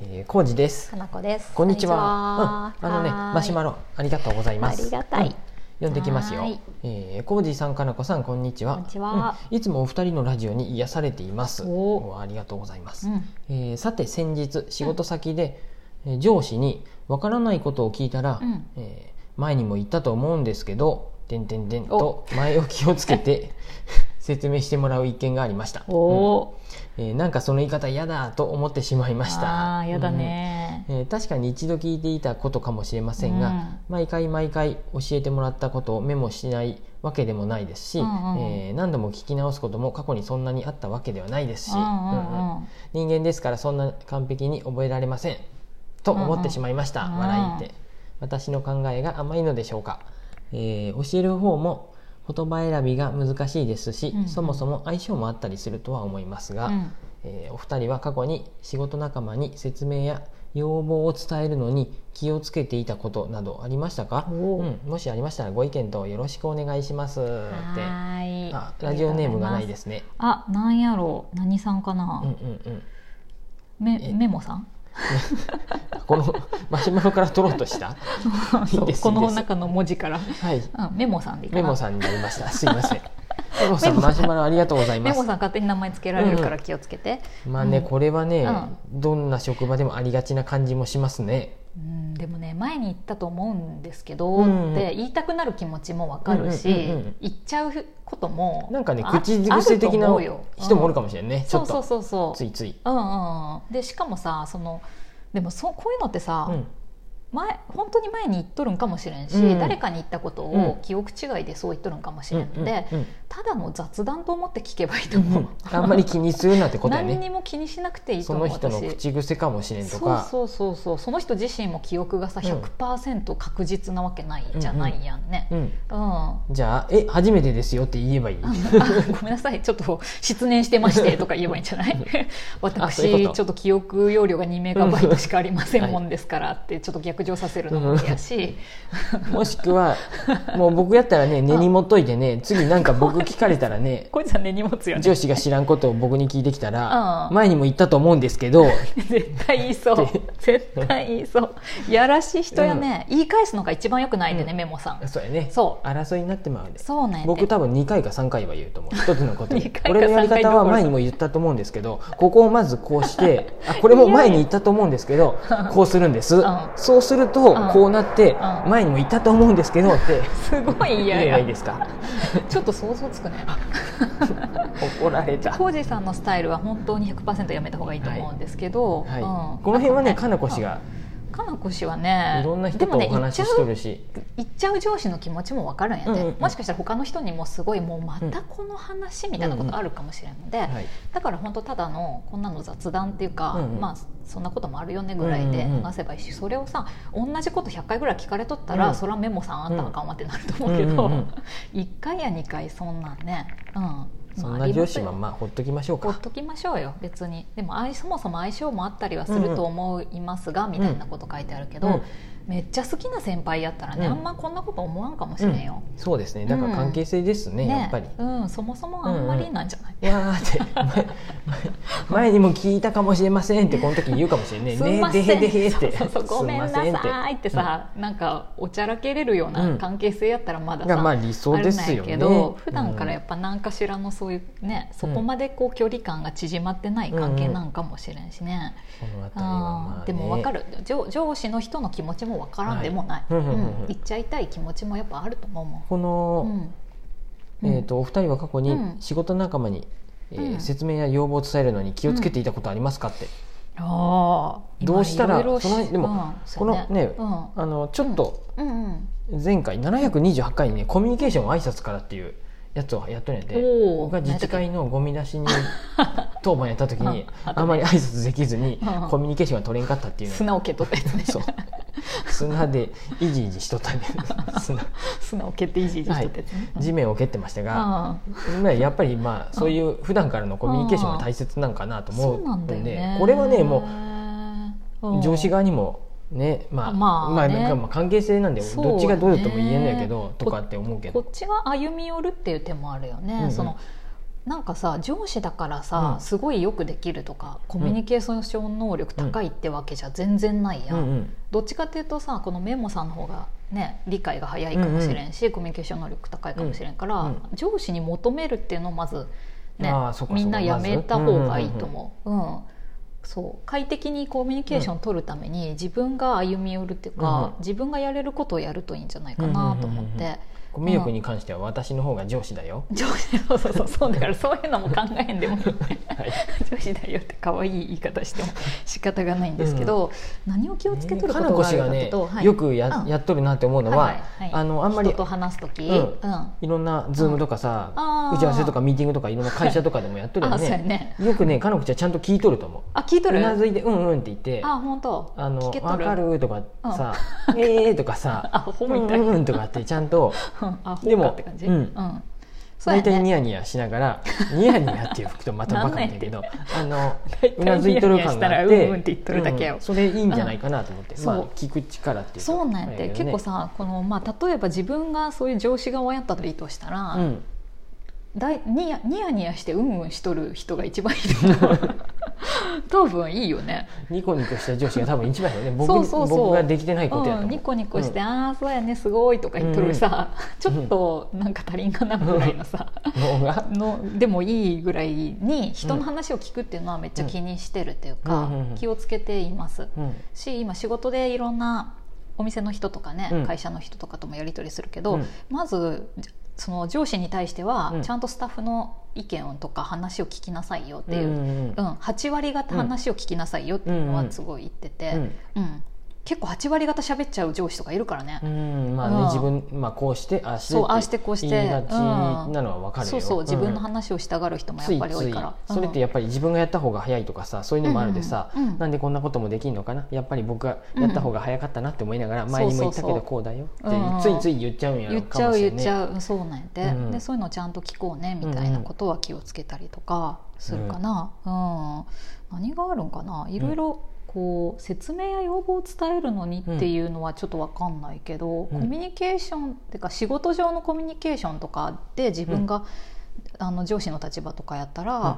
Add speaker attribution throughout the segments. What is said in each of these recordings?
Speaker 1: えー、康二です
Speaker 2: か。なこです。
Speaker 1: こんにちは。うん、あのね、マシュマ
Speaker 2: ロ。
Speaker 1: ロありがとうございます。
Speaker 2: ありがたい
Speaker 1: うん読んできますよ
Speaker 2: はい。
Speaker 1: えー、康二さん、かなこさん、こんにちは。
Speaker 2: こんにちは
Speaker 1: うんいつもお二人のラジオに癒されています。
Speaker 2: お
Speaker 1: おありがとうございます。
Speaker 2: うん
Speaker 1: えーさて先日仕事先で、えー上司にわからないことを聞いたら、
Speaker 2: うん
Speaker 1: えー前にも言ったと思うんですけど「てんてんてん」と前置きをつけて 説明してもらう一件がありました、
Speaker 2: おお
Speaker 1: うんえーなんかその言い方嫌だと思ってしまいまし
Speaker 2: ー。
Speaker 1: た
Speaker 2: ああー、やだ、ね。
Speaker 1: うんえー確かに一度聞いていたことかもしれませんが、
Speaker 2: うん
Speaker 1: 毎回毎回教えてもらったことをメモしないわけでもないですし、
Speaker 2: うんうん
Speaker 1: えー何度も聞き直すことも過去にそんなにあったわけではないですし、
Speaker 2: うんう
Speaker 1: うんうん
Speaker 2: んうん。
Speaker 1: 人間ですからそんな完璧に覚えられませんと思ってしまいました、
Speaker 2: うんうん
Speaker 1: 笑いって私の考えが甘いのでしょうか、えー教える方も言葉選びが難しいですし、
Speaker 2: うんうん
Speaker 1: そもそも相性もあったりするとは思いますが、
Speaker 2: うん
Speaker 1: えーお二人は過去に仕事仲間に説明や要望を伝えるのに気をつけていたことなどありましたか、う
Speaker 2: おー
Speaker 1: ん、もしありましたらご意見とよろしくお願いしますって
Speaker 2: はーい。。
Speaker 1: あラジオネームがないですすね
Speaker 2: あ、なんやろう、何さんか
Speaker 1: うん
Speaker 2: な。
Speaker 1: うんうん
Speaker 2: め、
Speaker 1: え
Speaker 2: メモさん。
Speaker 1: このマシュマロから取ろうとした。いいです
Speaker 2: この中の文字から。
Speaker 1: はい。
Speaker 2: うん、メモさんでいいか
Speaker 1: メ
Speaker 2: な。
Speaker 1: モさんになりました。すいません。メモさん
Speaker 2: メモさん
Speaker 1: マシュマロありがとうございま
Speaker 2: メモ
Speaker 1: す。
Speaker 2: さん勝手に名前つけられるか
Speaker 1: う
Speaker 2: ら気をつけて、
Speaker 1: まあね、
Speaker 2: うん
Speaker 1: これはね、
Speaker 2: うん
Speaker 1: どんな職場でもありがちな感じもしますね。
Speaker 2: うん、でもね前に言ったと思うんですけど、
Speaker 1: うん
Speaker 2: って言いたくなる気持ちもわかるし、
Speaker 1: うんうんうんうん
Speaker 2: 言っちゃうことも
Speaker 1: なんかね、
Speaker 2: あ
Speaker 1: 口癖的
Speaker 2: あると
Speaker 1: な
Speaker 2: 思うよ
Speaker 1: 人もおる
Speaker 2: か
Speaker 1: かもしれんね。ちょ
Speaker 2: そう
Speaker 1: っ
Speaker 2: そう
Speaker 1: と
Speaker 2: そうそう
Speaker 1: ついつい。
Speaker 2: うんうんうん、でしかもさそのでもそうこういうのってさ、
Speaker 1: うん
Speaker 2: 前本当に前に言っとるんかもしれんし、
Speaker 1: うん
Speaker 2: 誰かに言ったこと
Speaker 1: う
Speaker 2: を
Speaker 1: ん
Speaker 2: 記憶違いでそう言っとるんかもしれんで、
Speaker 1: うんうん
Speaker 2: ただの雑談と思って聞けばいいと思
Speaker 1: う
Speaker 2: う、
Speaker 1: んあんまり気にするなってことや
Speaker 2: 何に
Speaker 1: ね。
Speaker 2: も気にしなくていいと
Speaker 1: そ
Speaker 2: 思
Speaker 1: の
Speaker 2: う
Speaker 1: 人の
Speaker 2: 私
Speaker 1: 口癖かもしれんと
Speaker 2: そう
Speaker 1: か。
Speaker 2: そうそうそうその人自身も記憶がさ
Speaker 1: うん
Speaker 2: 100%確実なわけないじゃないやんね。
Speaker 1: うん。
Speaker 2: うん、あ
Speaker 1: じゃあ、え、初めてですよって言えば いい。
Speaker 2: ごめんなさいちょっと失念してましてとか言えばいいんじゃない
Speaker 1: そういう
Speaker 2: 私
Speaker 1: こと
Speaker 2: ちょっと記憶容量が2メガバイトしかありませんもんですからってちょっと逆上させるのも嫌し、
Speaker 1: もしくは、もう僕やったら ね、根に持っといてね、次なんか僕聞かれたらね、
Speaker 2: こいつはね荷物よね
Speaker 1: 上司が知らんことを僕に聞いてきたら、
Speaker 2: うん
Speaker 1: 前にも言ったと思うんですけ ど
Speaker 2: 絶対言いそう絶対言いそうやらしい人やね、言い返すのが一番よくないんでね、
Speaker 1: うん
Speaker 2: メモさん
Speaker 1: そうやね
Speaker 2: そう
Speaker 1: 争いになってまうで
Speaker 2: そうなんやて
Speaker 1: 僕多分2回か3回は言うと思 う一つのことで
Speaker 2: 二回か
Speaker 1: 俺のやり
Speaker 2: 三回
Speaker 1: 方
Speaker 2: どころ
Speaker 1: は
Speaker 2: か
Speaker 1: 前にも言ったと思うんですけどここをまずこうして あこれも前に言ったと思うんですけどこうするんです、
Speaker 2: ん
Speaker 1: そうすると
Speaker 2: うん
Speaker 1: こうなって、
Speaker 2: うん
Speaker 1: 前にも言ったと思うんですけどって
Speaker 2: すごい嫌
Speaker 1: 言えばいいで
Speaker 2: や
Speaker 1: す か
Speaker 2: ちょっと想像つくね
Speaker 1: 怒られた、
Speaker 2: コージーさんのスタイルは本当に100%やめた方がいいと思うんですけど、
Speaker 1: はい
Speaker 2: うん
Speaker 1: この辺はね
Speaker 2: あと
Speaker 1: かなこ氏が
Speaker 2: かなこ氏はね
Speaker 1: いろんな人とお話ししとるし、
Speaker 2: 言っちゃう上司の気持ちも分かるんやで、
Speaker 1: うんうんうん
Speaker 2: もしかしたら他の人にもすごいもうまたこの話みたいなことあるかもしれんので、
Speaker 1: はい、
Speaker 2: だから本当ただのこんなの雑談っていうか、
Speaker 1: うんうん
Speaker 2: まあそんなこともあるよねぐらいで
Speaker 1: うんうんうん
Speaker 2: 話せばいいし、それをさ同じこと100回ぐらい聞かれとったら、
Speaker 1: うん
Speaker 2: そりゃメモさんあったらあかんわってなると思うけど、
Speaker 1: うんうんうん
Speaker 2: 一1回や2回そんなんね、うんまあ
Speaker 1: そん
Speaker 2: あ
Speaker 1: な
Speaker 2: り
Speaker 1: 上
Speaker 2: ます
Speaker 1: 司
Speaker 2: よ
Speaker 1: はまあほっときましょう
Speaker 2: ほっ
Speaker 1: か
Speaker 2: ときましょうよ別にでもあいそもそも相性もあったりはすると思いますが、みたいなこと書いてあるけど、
Speaker 1: うん
Speaker 2: めっちゃ好きな先輩やったらね、
Speaker 1: うん
Speaker 2: あんまこんなこと思わんかもしれんよ、
Speaker 1: そうですねだから関係性ですね、
Speaker 2: ね
Speaker 1: やっぱり。
Speaker 2: うん、そもそもあんまりなんじゃない、
Speaker 1: いやーって前前にも聞いたかもしれませんってこの時言うかもしれない
Speaker 2: すん
Speaker 1: ね
Speaker 2: ま
Speaker 1: で
Speaker 2: せん
Speaker 1: へでへって
Speaker 2: そうそうそうごめんな
Speaker 1: す
Speaker 2: さ
Speaker 1: ません
Speaker 2: いってさ、なんかおちゃらけれるよう
Speaker 1: うん
Speaker 2: な関係性やったらまださ、
Speaker 1: がまあ理想ですよね
Speaker 2: あるんやけど普段からやっぱ何かしらのそういうね、そこまでこう距離感が縮まってない関係なんかもしれんしね、
Speaker 1: この辺りはまあ、
Speaker 2: あ
Speaker 1: ね、
Speaker 2: ーでも分かる上上司の人の気持ちも分からんでもない、
Speaker 1: はいうんうんうん
Speaker 2: うん言っちゃいたい気持ちもやっぱあると思うも
Speaker 1: こ
Speaker 2: ん、う
Speaker 1: の、
Speaker 2: ん
Speaker 1: えー、とお二人は過去に
Speaker 2: うん
Speaker 1: 仕事仲間に、えー
Speaker 2: うん
Speaker 1: 説明や要望を伝えるのに気をつけていたことありますかって、
Speaker 2: あー
Speaker 1: どうしたら
Speaker 2: 今いろいろし
Speaker 1: そのでも
Speaker 2: うん
Speaker 1: この
Speaker 2: そうや
Speaker 1: ねあのちょっと
Speaker 2: うんうんうん
Speaker 1: 前回728回にねコミュニケーション挨拶からっていうやつをやっとるんやて
Speaker 2: おー
Speaker 1: 僕が自治会のゴミ出 しに当番やった時に
Speaker 2: うんあとね
Speaker 1: あんまり挨拶できずに
Speaker 2: うん
Speaker 1: コミュニケーションが取れんかったっていうの
Speaker 2: 砂を蹴っとったやつね
Speaker 1: そう砂でイジイジしとったんで砂
Speaker 2: 砂を蹴っていじいじしとったやつね、うん
Speaker 1: 地面を蹴ってましたが、
Speaker 2: あー
Speaker 1: まあやっぱりまあそういう普段からのコミュニケーションが大切なんかなと思
Speaker 2: そうな
Speaker 1: うんん
Speaker 2: だ
Speaker 1: で
Speaker 2: よね
Speaker 1: これはねも
Speaker 2: う
Speaker 1: う上司
Speaker 2: が
Speaker 1: 側にもねまあ
Speaker 2: あまあね
Speaker 1: なんかまあ関係性なんで
Speaker 2: そう
Speaker 1: どっちがどうだとも言えんのやけ
Speaker 2: だ
Speaker 1: ど
Speaker 2: ね
Speaker 1: とかって思うけ
Speaker 2: こ
Speaker 1: ど
Speaker 2: っちが歩み寄るっていう手もあるよね、
Speaker 1: うんうん
Speaker 2: そのなんかさ上司だからさ、
Speaker 1: うん
Speaker 2: すごいよくできるとかコミュニケーション能力高いってわけじゃ全然ないや、
Speaker 1: うん
Speaker 2: ん
Speaker 1: うん
Speaker 2: どっちかっていうとさこのメモさんの方がね理解が早いかもしれんし、コミュニケーション能力高いかもしれんから、
Speaker 1: うんうん
Speaker 2: 上司に求めるっていうのをまず、ね
Speaker 1: あーそうかそうか
Speaker 2: みんなやめた方がいいと思う。うんそう快適にコミュニケーション取るために自分が歩み寄るっていう
Speaker 1: うん
Speaker 2: か
Speaker 1: う、ん
Speaker 2: 自分がやれることをやるといいんじゃないかなと思っ
Speaker 1: うんうんうんうん
Speaker 2: て。
Speaker 1: コミュ力に関しては私の方が上司だよ、
Speaker 2: 上司そうそうそうそうだからそういうのも考えんでも
Speaker 1: はい、
Speaker 2: 上司だよって可愛い言い方しても仕方がないんですけど、何を気をつけてるこ
Speaker 1: かな
Speaker 2: と
Speaker 1: こ
Speaker 2: があ
Speaker 1: 氏
Speaker 2: るか
Speaker 1: が
Speaker 2: という
Speaker 1: ね、
Speaker 2: と、はい
Speaker 1: よくや,、
Speaker 2: うん
Speaker 1: やっとるなって思うのは、
Speaker 2: はいはいはい
Speaker 1: あのあんまり
Speaker 2: 人と話す時、
Speaker 1: うん
Speaker 2: うんあ
Speaker 1: いろんなズームとかさ、
Speaker 2: あー
Speaker 1: 打ち合わせとかミーティングとかいろんな会社とかでもやっとるよ
Speaker 2: そうや
Speaker 1: ね
Speaker 2: ね
Speaker 1: よくねかなこちゃんちゃんと聞いとると思う
Speaker 2: あ聞いと
Speaker 1: う
Speaker 2: る
Speaker 1: なずいて「うんうん」って言って
Speaker 2: あ本当
Speaker 1: あ
Speaker 2: 聞
Speaker 1: の
Speaker 2: けと
Speaker 1: 分
Speaker 2: る
Speaker 1: かる」とかさ「ええ」とかさ
Speaker 2: あ
Speaker 1: 「
Speaker 2: ほ
Speaker 1: うん
Speaker 2: ぼみたい
Speaker 1: うんうん」とかってちゃんと
Speaker 2: うんあほ
Speaker 1: で
Speaker 2: う
Speaker 1: も
Speaker 2: かって感じ
Speaker 1: うん
Speaker 2: そう
Speaker 1: 大
Speaker 2: や
Speaker 1: 体ニ
Speaker 2: ね
Speaker 1: ヤニヤしながら「ニヤニヤ」っていう服とまたバカなんだけ どあのうなずいとる感があっ
Speaker 2: 大
Speaker 1: て
Speaker 2: 体ニヤニヤしたらうんうんって言っとるだけや
Speaker 1: うんそれいいんじゃないかなと思って、
Speaker 2: うん
Speaker 1: まあ
Speaker 2: そう、
Speaker 1: 聞く力っていうか
Speaker 2: そうなんやって、
Speaker 1: あれだけど
Speaker 2: 結
Speaker 1: ね
Speaker 2: 構さこの、まあ、例えば自分がそういう上司側やったといいとしたら、
Speaker 1: うん
Speaker 2: だいニヤニヤニヤしてうんうんしとる人が一番いい と思う多分いいよね
Speaker 1: ニコニコした上司が多分一番よね僕
Speaker 2: そうそうそう
Speaker 1: 僕ができてないことやと思う、
Speaker 2: うん、ニコニコして「
Speaker 1: うん
Speaker 2: ああそうやねすごい」とか言っとるさ、
Speaker 1: うん
Speaker 2: ちょっとなんか足りんかなぐらいのさ、
Speaker 1: 脳が
Speaker 2: のでもいいぐらいに人の話を聞くっていうのはめっちゃ気にしてるっていう
Speaker 1: うん
Speaker 2: か、
Speaker 1: うんうんうん
Speaker 2: 気をつけています
Speaker 1: うん
Speaker 2: し今仕事でいろんなお店の人とかね、
Speaker 1: うん
Speaker 2: 会社の人とかともやり取りするけど、
Speaker 1: うん
Speaker 2: まずその上司に対して
Speaker 1: う
Speaker 2: は
Speaker 1: ん
Speaker 2: ちゃんとスタッフの意見とか話を聞きなさいよっていう、
Speaker 1: う
Speaker 2: うんん
Speaker 1: うん
Speaker 2: 8割方話を聞きなさいよっていうのはすごい言ってて。
Speaker 1: うん
Speaker 2: うん、結構8割方喋っちゃう上司とかいるからね、
Speaker 1: うんまあね、
Speaker 2: うん
Speaker 1: 自分、まあ、こうしてああして
Speaker 2: そうああしてこうして
Speaker 1: 言いがちなのは分かるよ、
Speaker 2: そうそう自分の
Speaker 1: ん
Speaker 2: 話をしたがる人もや
Speaker 1: つ
Speaker 2: っ
Speaker 1: い
Speaker 2: ぱり多
Speaker 1: つ
Speaker 2: い
Speaker 1: い
Speaker 2: から、
Speaker 1: それってやっぱり自分がやった方が早いとかさそういうのもあるでさ、
Speaker 2: うんうんうん
Speaker 1: なんでこんなこともできんのかなやっぱり僕がやった方が早かったなって思いながら、前にも言ったけ
Speaker 2: そう
Speaker 1: ど
Speaker 2: そうそう
Speaker 1: こうだよって、
Speaker 2: うん
Speaker 1: ついつい言っちゃうんや
Speaker 2: 言
Speaker 1: ろ
Speaker 2: っ
Speaker 1: か
Speaker 2: ちゃ
Speaker 1: も
Speaker 2: う
Speaker 1: しれ
Speaker 2: 言
Speaker 1: ん
Speaker 2: っ
Speaker 1: ね
Speaker 2: ちゃうそうなんやで,、
Speaker 1: うん
Speaker 2: でそういうのをちゃんと聞こうねみたいなことは気をつけたりとかするかな、うん何があるんかないろいろこう説明や要望を伝えるのにっていうのはちょっと分かんないけど、
Speaker 1: うん
Speaker 2: コミュニケーションっていうか仕事上のコミュニケーションとかで自分が、あの上司の立場とかやったら、
Speaker 1: うん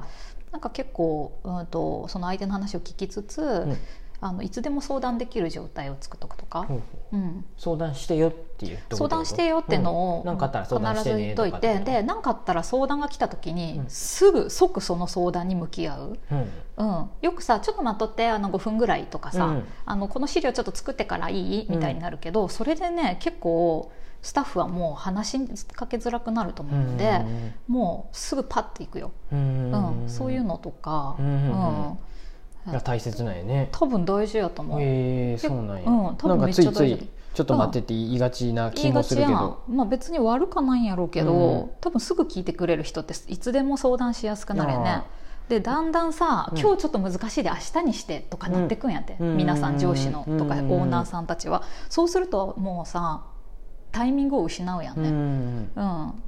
Speaker 2: なんか結構、うん、とその相手の話を聞きつつ、
Speaker 1: ん
Speaker 2: あのいつでも相談できる状態を作っとくとか。
Speaker 1: うん
Speaker 2: うん
Speaker 1: 相談してよっていう
Speaker 2: 相談してよってのを
Speaker 1: 何、なん、かあったら相談して
Speaker 2: 必ず言
Speaker 1: ね
Speaker 2: っとい
Speaker 1: か
Speaker 2: て
Speaker 1: ってこと
Speaker 2: で何かあったら相談が来た時に
Speaker 1: うん
Speaker 2: すぐ即その相談に向き合う、
Speaker 1: うん
Speaker 2: うん、よくさ「ちょっと待っとってあの5分ぐらい」とかさ、
Speaker 1: うん
Speaker 2: あの「この資料ちょっと作ってからいい?」みたいになるけど、それでね結構スタッフはもう話しかけづらくなると思うので、もうすぐパッていくよ、
Speaker 1: うん
Speaker 2: うんそういうのとか、
Speaker 1: うんうんうん
Speaker 2: うん
Speaker 1: が大切なんやね。
Speaker 2: 多分大事やと思う。
Speaker 1: へえそうなんや。
Speaker 2: うん多分
Speaker 1: なん
Speaker 2: め
Speaker 1: か
Speaker 2: っ
Speaker 1: つ
Speaker 2: ち
Speaker 1: い
Speaker 2: ゃ大事
Speaker 1: ついちょっと待ってって言いがちな気もするけ
Speaker 2: 言いが
Speaker 1: ど。
Speaker 2: ちやんまあ、別に悪かないんやろうけど、
Speaker 1: うん
Speaker 2: 多分すぐ聞いてくれる人っていつでも相談しやすくなるよ
Speaker 1: あ
Speaker 2: ねでだんだんさ
Speaker 1: うん
Speaker 2: 今日ちょっと難しいで明日にしてとかなってくんやって、
Speaker 1: うん
Speaker 2: 皆さん上司の
Speaker 1: うん
Speaker 2: とかオーナーさんたちはそうするともうさタイミングを失うやん
Speaker 1: うんう
Speaker 2: ね、
Speaker 1: ん
Speaker 2: うん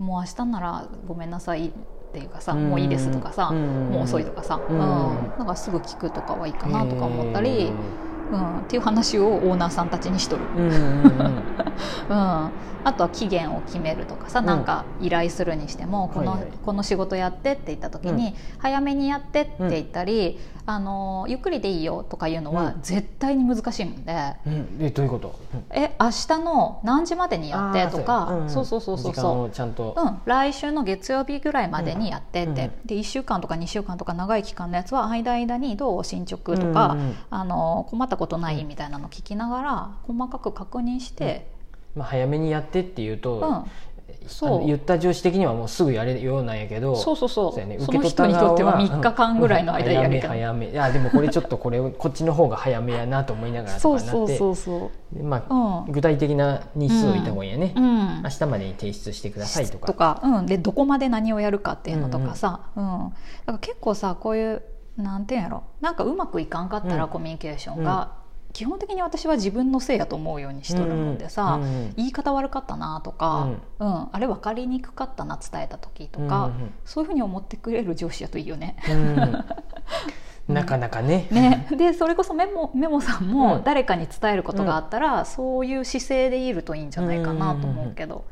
Speaker 2: もう明日ならごめんなさいっていうかさ、
Speaker 1: うん
Speaker 2: もういいですとかさ、
Speaker 1: うん
Speaker 2: もう遅いとかさ、
Speaker 1: う
Speaker 2: うんんなんかすぐ聞くとかはいいかなとか思った
Speaker 1: へ
Speaker 2: り
Speaker 1: え、
Speaker 2: うん、っていう話をオーナーさんたちにしとる。
Speaker 1: うんうんうん
Speaker 2: うん、あとは期限を決めるとかさ、
Speaker 1: うん
Speaker 2: なんか依頼するにしてもこの,、
Speaker 1: はいはい
Speaker 2: この仕事やってって言った時
Speaker 1: う
Speaker 2: に、早めにやってって言ったり、あのゆっくりでいいよとかいうのは
Speaker 1: うん
Speaker 2: 絶対に難しいもんで。
Speaker 1: うん えどういうこと？うん
Speaker 2: え明日の何時までにやって
Speaker 1: あー
Speaker 2: とか
Speaker 1: やんん
Speaker 2: そうそうそうそう
Speaker 1: 時間
Speaker 2: そ
Speaker 1: をちゃんと
Speaker 2: う、うん、来週の月曜日ぐらいまでにやってって、
Speaker 1: うん
Speaker 2: で1週間とか2週間とか長い期間のやつは間々にどう進捗とか、
Speaker 1: うんうん
Speaker 2: あの困ったことないみたいなの聞きながら細かく確認して、
Speaker 1: まあ早めにやってっていうと、
Speaker 2: うん
Speaker 1: あ
Speaker 2: そう
Speaker 1: の言った上司的にはもうすぐやれるようなんやけど。
Speaker 2: そうそうそう
Speaker 1: やね
Speaker 2: そ
Speaker 1: 受け
Speaker 2: の
Speaker 1: 取っ
Speaker 2: 人
Speaker 1: た
Speaker 2: にと
Speaker 1: 側
Speaker 2: っては
Speaker 1: は
Speaker 2: 3日間ぐらいの間
Speaker 1: うん
Speaker 2: や
Speaker 1: 早
Speaker 2: る
Speaker 1: め
Speaker 2: から、
Speaker 1: 早めいやでもこれちょっとこれ をこっちの方が早めやなと思いながらとか
Speaker 2: そう
Speaker 1: になって
Speaker 2: そうそうそ
Speaker 1: でま
Speaker 2: う
Speaker 1: あ、
Speaker 2: う
Speaker 1: 具体的な日数を言った方がいいよね、
Speaker 2: ん、うん
Speaker 1: 明、日までに提出してくださいとか
Speaker 2: とか、うん、でどこまで何をやるかっていうのとかさ、うんだから結構さこういうなんていうんやろなんかうまくいかんかったら、
Speaker 1: うん
Speaker 2: コミュニケーションが、基本的に私は自分のせいやと思うようにしとるので
Speaker 1: う
Speaker 2: さ、
Speaker 1: んうん
Speaker 2: 言い方悪かったなとか、うんあれ分かりにくかったな伝えた時とか、そういうふうに思ってくれる上司やといいよね。
Speaker 1: うんうんうんうんなかなかね
Speaker 2: ね、でそれこそメモメモさん
Speaker 1: う
Speaker 2: も
Speaker 1: ん
Speaker 2: 誰かに伝えることがあったら、そういう姿勢でいるといいんじゃないかなと思うけど、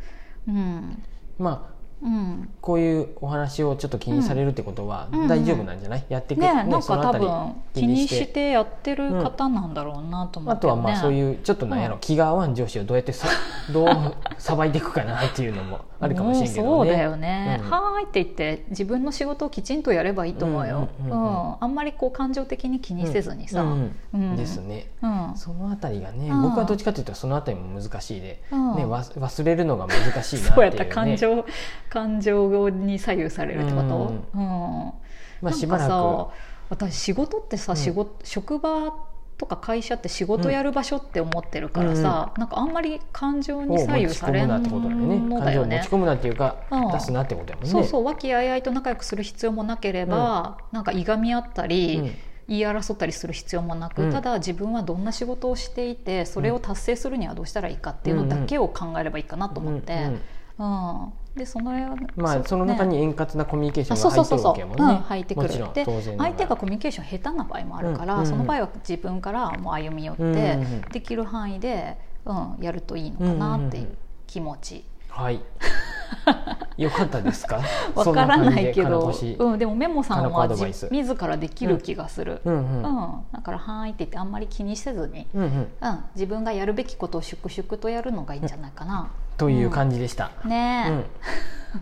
Speaker 2: うん
Speaker 1: まあ
Speaker 2: うん
Speaker 1: こういうお話をちょっと気にされるってことは
Speaker 2: うん
Speaker 1: 大丈夫なんじゃない、やっていく、
Speaker 2: ねなん
Speaker 1: そ
Speaker 2: か
Speaker 1: の
Speaker 2: 多
Speaker 1: あたり
Speaker 2: 分
Speaker 1: 気
Speaker 2: 気
Speaker 1: に
Speaker 2: に
Speaker 1: して
Speaker 2: してやってる方なんだろうなと思
Speaker 1: あ
Speaker 2: って、
Speaker 1: と
Speaker 2: ね
Speaker 1: はまあそういうちょっとなんやろ、
Speaker 2: うん
Speaker 1: 気が合わん上司をどうやって さどうさばいていくかなっていうのもあるかもしれんけ
Speaker 2: も
Speaker 1: ど
Speaker 2: うそうだ
Speaker 1: ね。
Speaker 2: よね、
Speaker 1: うん
Speaker 2: はーいって言って自分の仕事をきちんとやればいいと思うよ、
Speaker 1: う
Speaker 2: うんん
Speaker 1: うんうんうん
Speaker 2: あんまりこう感情的に気にせずにさ、
Speaker 1: う
Speaker 2: うん
Speaker 1: んうんですね。
Speaker 2: うん
Speaker 1: そのあたりがね、
Speaker 2: うん
Speaker 1: 僕はどっちかというとそのあたりも難しいで、
Speaker 2: うん
Speaker 1: ね、わ忘れるのが難しいなっていう、ね、
Speaker 2: そうやった感情感情に左右されるってこと、うん
Speaker 1: まあ、
Speaker 2: なん
Speaker 1: しば
Speaker 2: から
Speaker 1: く
Speaker 2: さ私仕事ってさ、
Speaker 1: うん
Speaker 2: 仕事職場とか会社って仕事やる場所って思ってるからさ、なんかあんまり感情
Speaker 1: を
Speaker 2: に
Speaker 1: 持
Speaker 2: 左右
Speaker 1: ち
Speaker 2: さ
Speaker 1: 込
Speaker 2: れ
Speaker 1: む
Speaker 2: ん
Speaker 1: なってことだよね
Speaker 2: の
Speaker 1: 感
Speaker 2: だ
Speaker 1: 情
Speaker 2: よ
Speaker 1: を持
Speaker 2: ね
Speaker 1: ち込むなっていうか、
Speaker 2: うん
Speaker 1: 出すなってことだもんね。
Speaker 2: そうそう和気あいあいと仲良くする必要もなければ、なんかいがみ合ったり、
Speaker 1: うん
Speaker 2: 言い争ったりする必要もなく、
Speaker 1: うん
Speaker 2: ただ自分はどんな仕事をしていてそれを達成するにはどうしたらいいかっていうのだけを考えればいいかなと思って、
Speaker 1: う
Speaker 2: うんん
Speaker 1: うん
Speaker 2: でその
Speaker 1: まあ、その中に円滑なコミュニケーショ
Speaker 2: あ
Speaker 1: ン
Speaker 2: そ
Speaker 1: が
Speaker 2: う
Speaker 1: 入ってるわ
Speaker 2: そうそうそう、
Speaker 1: けやもん
Speaker 2: う
Speaker 1: ね。
Speaker 2: ん、入ってく
Speaker 1: もち
Speaker 2: る
Speaker 1: ろん
Speaker 2: で
Speaker 1: 当然
Speaker 2: 相手がコミュニケーション下手な場合もあるから、
Speaker 1: うんうん
Speaker 2: その場合は自分からもう歩み寄って、
Speaker 1: うんうんうん
Speaker 2: できる範囲で、うん、やるといいのかなっていう気持ち、。
Speaker 1: はい。よかったですか
Speaker 2: わからない
Speaker 1: そ
Speaker 2: けど、
Speaker 1: んな感じで金越し
Speaker 2: うん、でもメモさん
Speaker 1: 金子ア
Speaker 2: は
Speaker 1: ド
Speaker 2: じ
Speaker 1: バイス
Speaker 2: 自らできる気がする、
Speaker 1: う
Speaker 2: うん
Speaker 1: うん。
Speaker 2: だから「はーい」って言ってあんまり気にせずに、
Speaker 1: うんうん。
Speaker 2: うん、自分がやるべきことを粛々とやるのがいいんじゃないかな、
Speaker 1: という感じでした。
Speaker 2: ね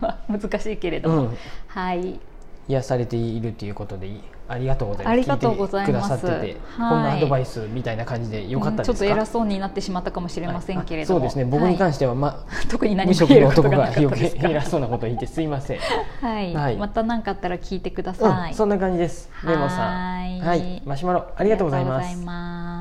Speaker 2: え、 難しいけれ
Speaker 1: う
Speaker 2: ども、
Speaker 1: ん。うん。
Speaker 2: はい
Speaker 1: 癒されているということでいいありがとうございます。
Speaker 2: ありがとうございます
Speaker 1: 聞てくださってて、
Speaker 2: はい
Speaker 1: こんなアドバイスみたいな感じでよかったですか。
Speaker 2: うんちょっと偉そうになってしまったかもしれませんけれども、
Speaker 1: はいあそうですね。僕に関
Speaker 2: し
Speaker 1: してはま
Speaker 2: て、特に
Speaker 1: あ
Speaker 2: 何
Speaker 1: 無
Speaker 2: も
Speaker 1: 職
Speaker 2: 言え
Speaker 1: の
Speaker 2: ること
Speaker 1: 男
Speaker 2: が
Speaker 1: が
Speaker 2: なかっ
Speaker 1: 余
Speaker 2: たです
Speaker 1: 計
Speaker 2: か
Speaker 1: 偉そうなこと言ってすいません。
Speaker 2: はい、
Speaker 1: はい
Speaker 2: また何かあったら聞いてください、
Speaker 1: うん。そんな感じです。
Speaker 2: はい
Speaker 1: レモンさん。はい。マシュマロあ
Speaker 2: あ
Speaker 1: りがとうござい
Speaker 2: りが
Speaker 1: ま
Speaker 2: とう
Speaker 1: す
Speaker 2: ござい。ます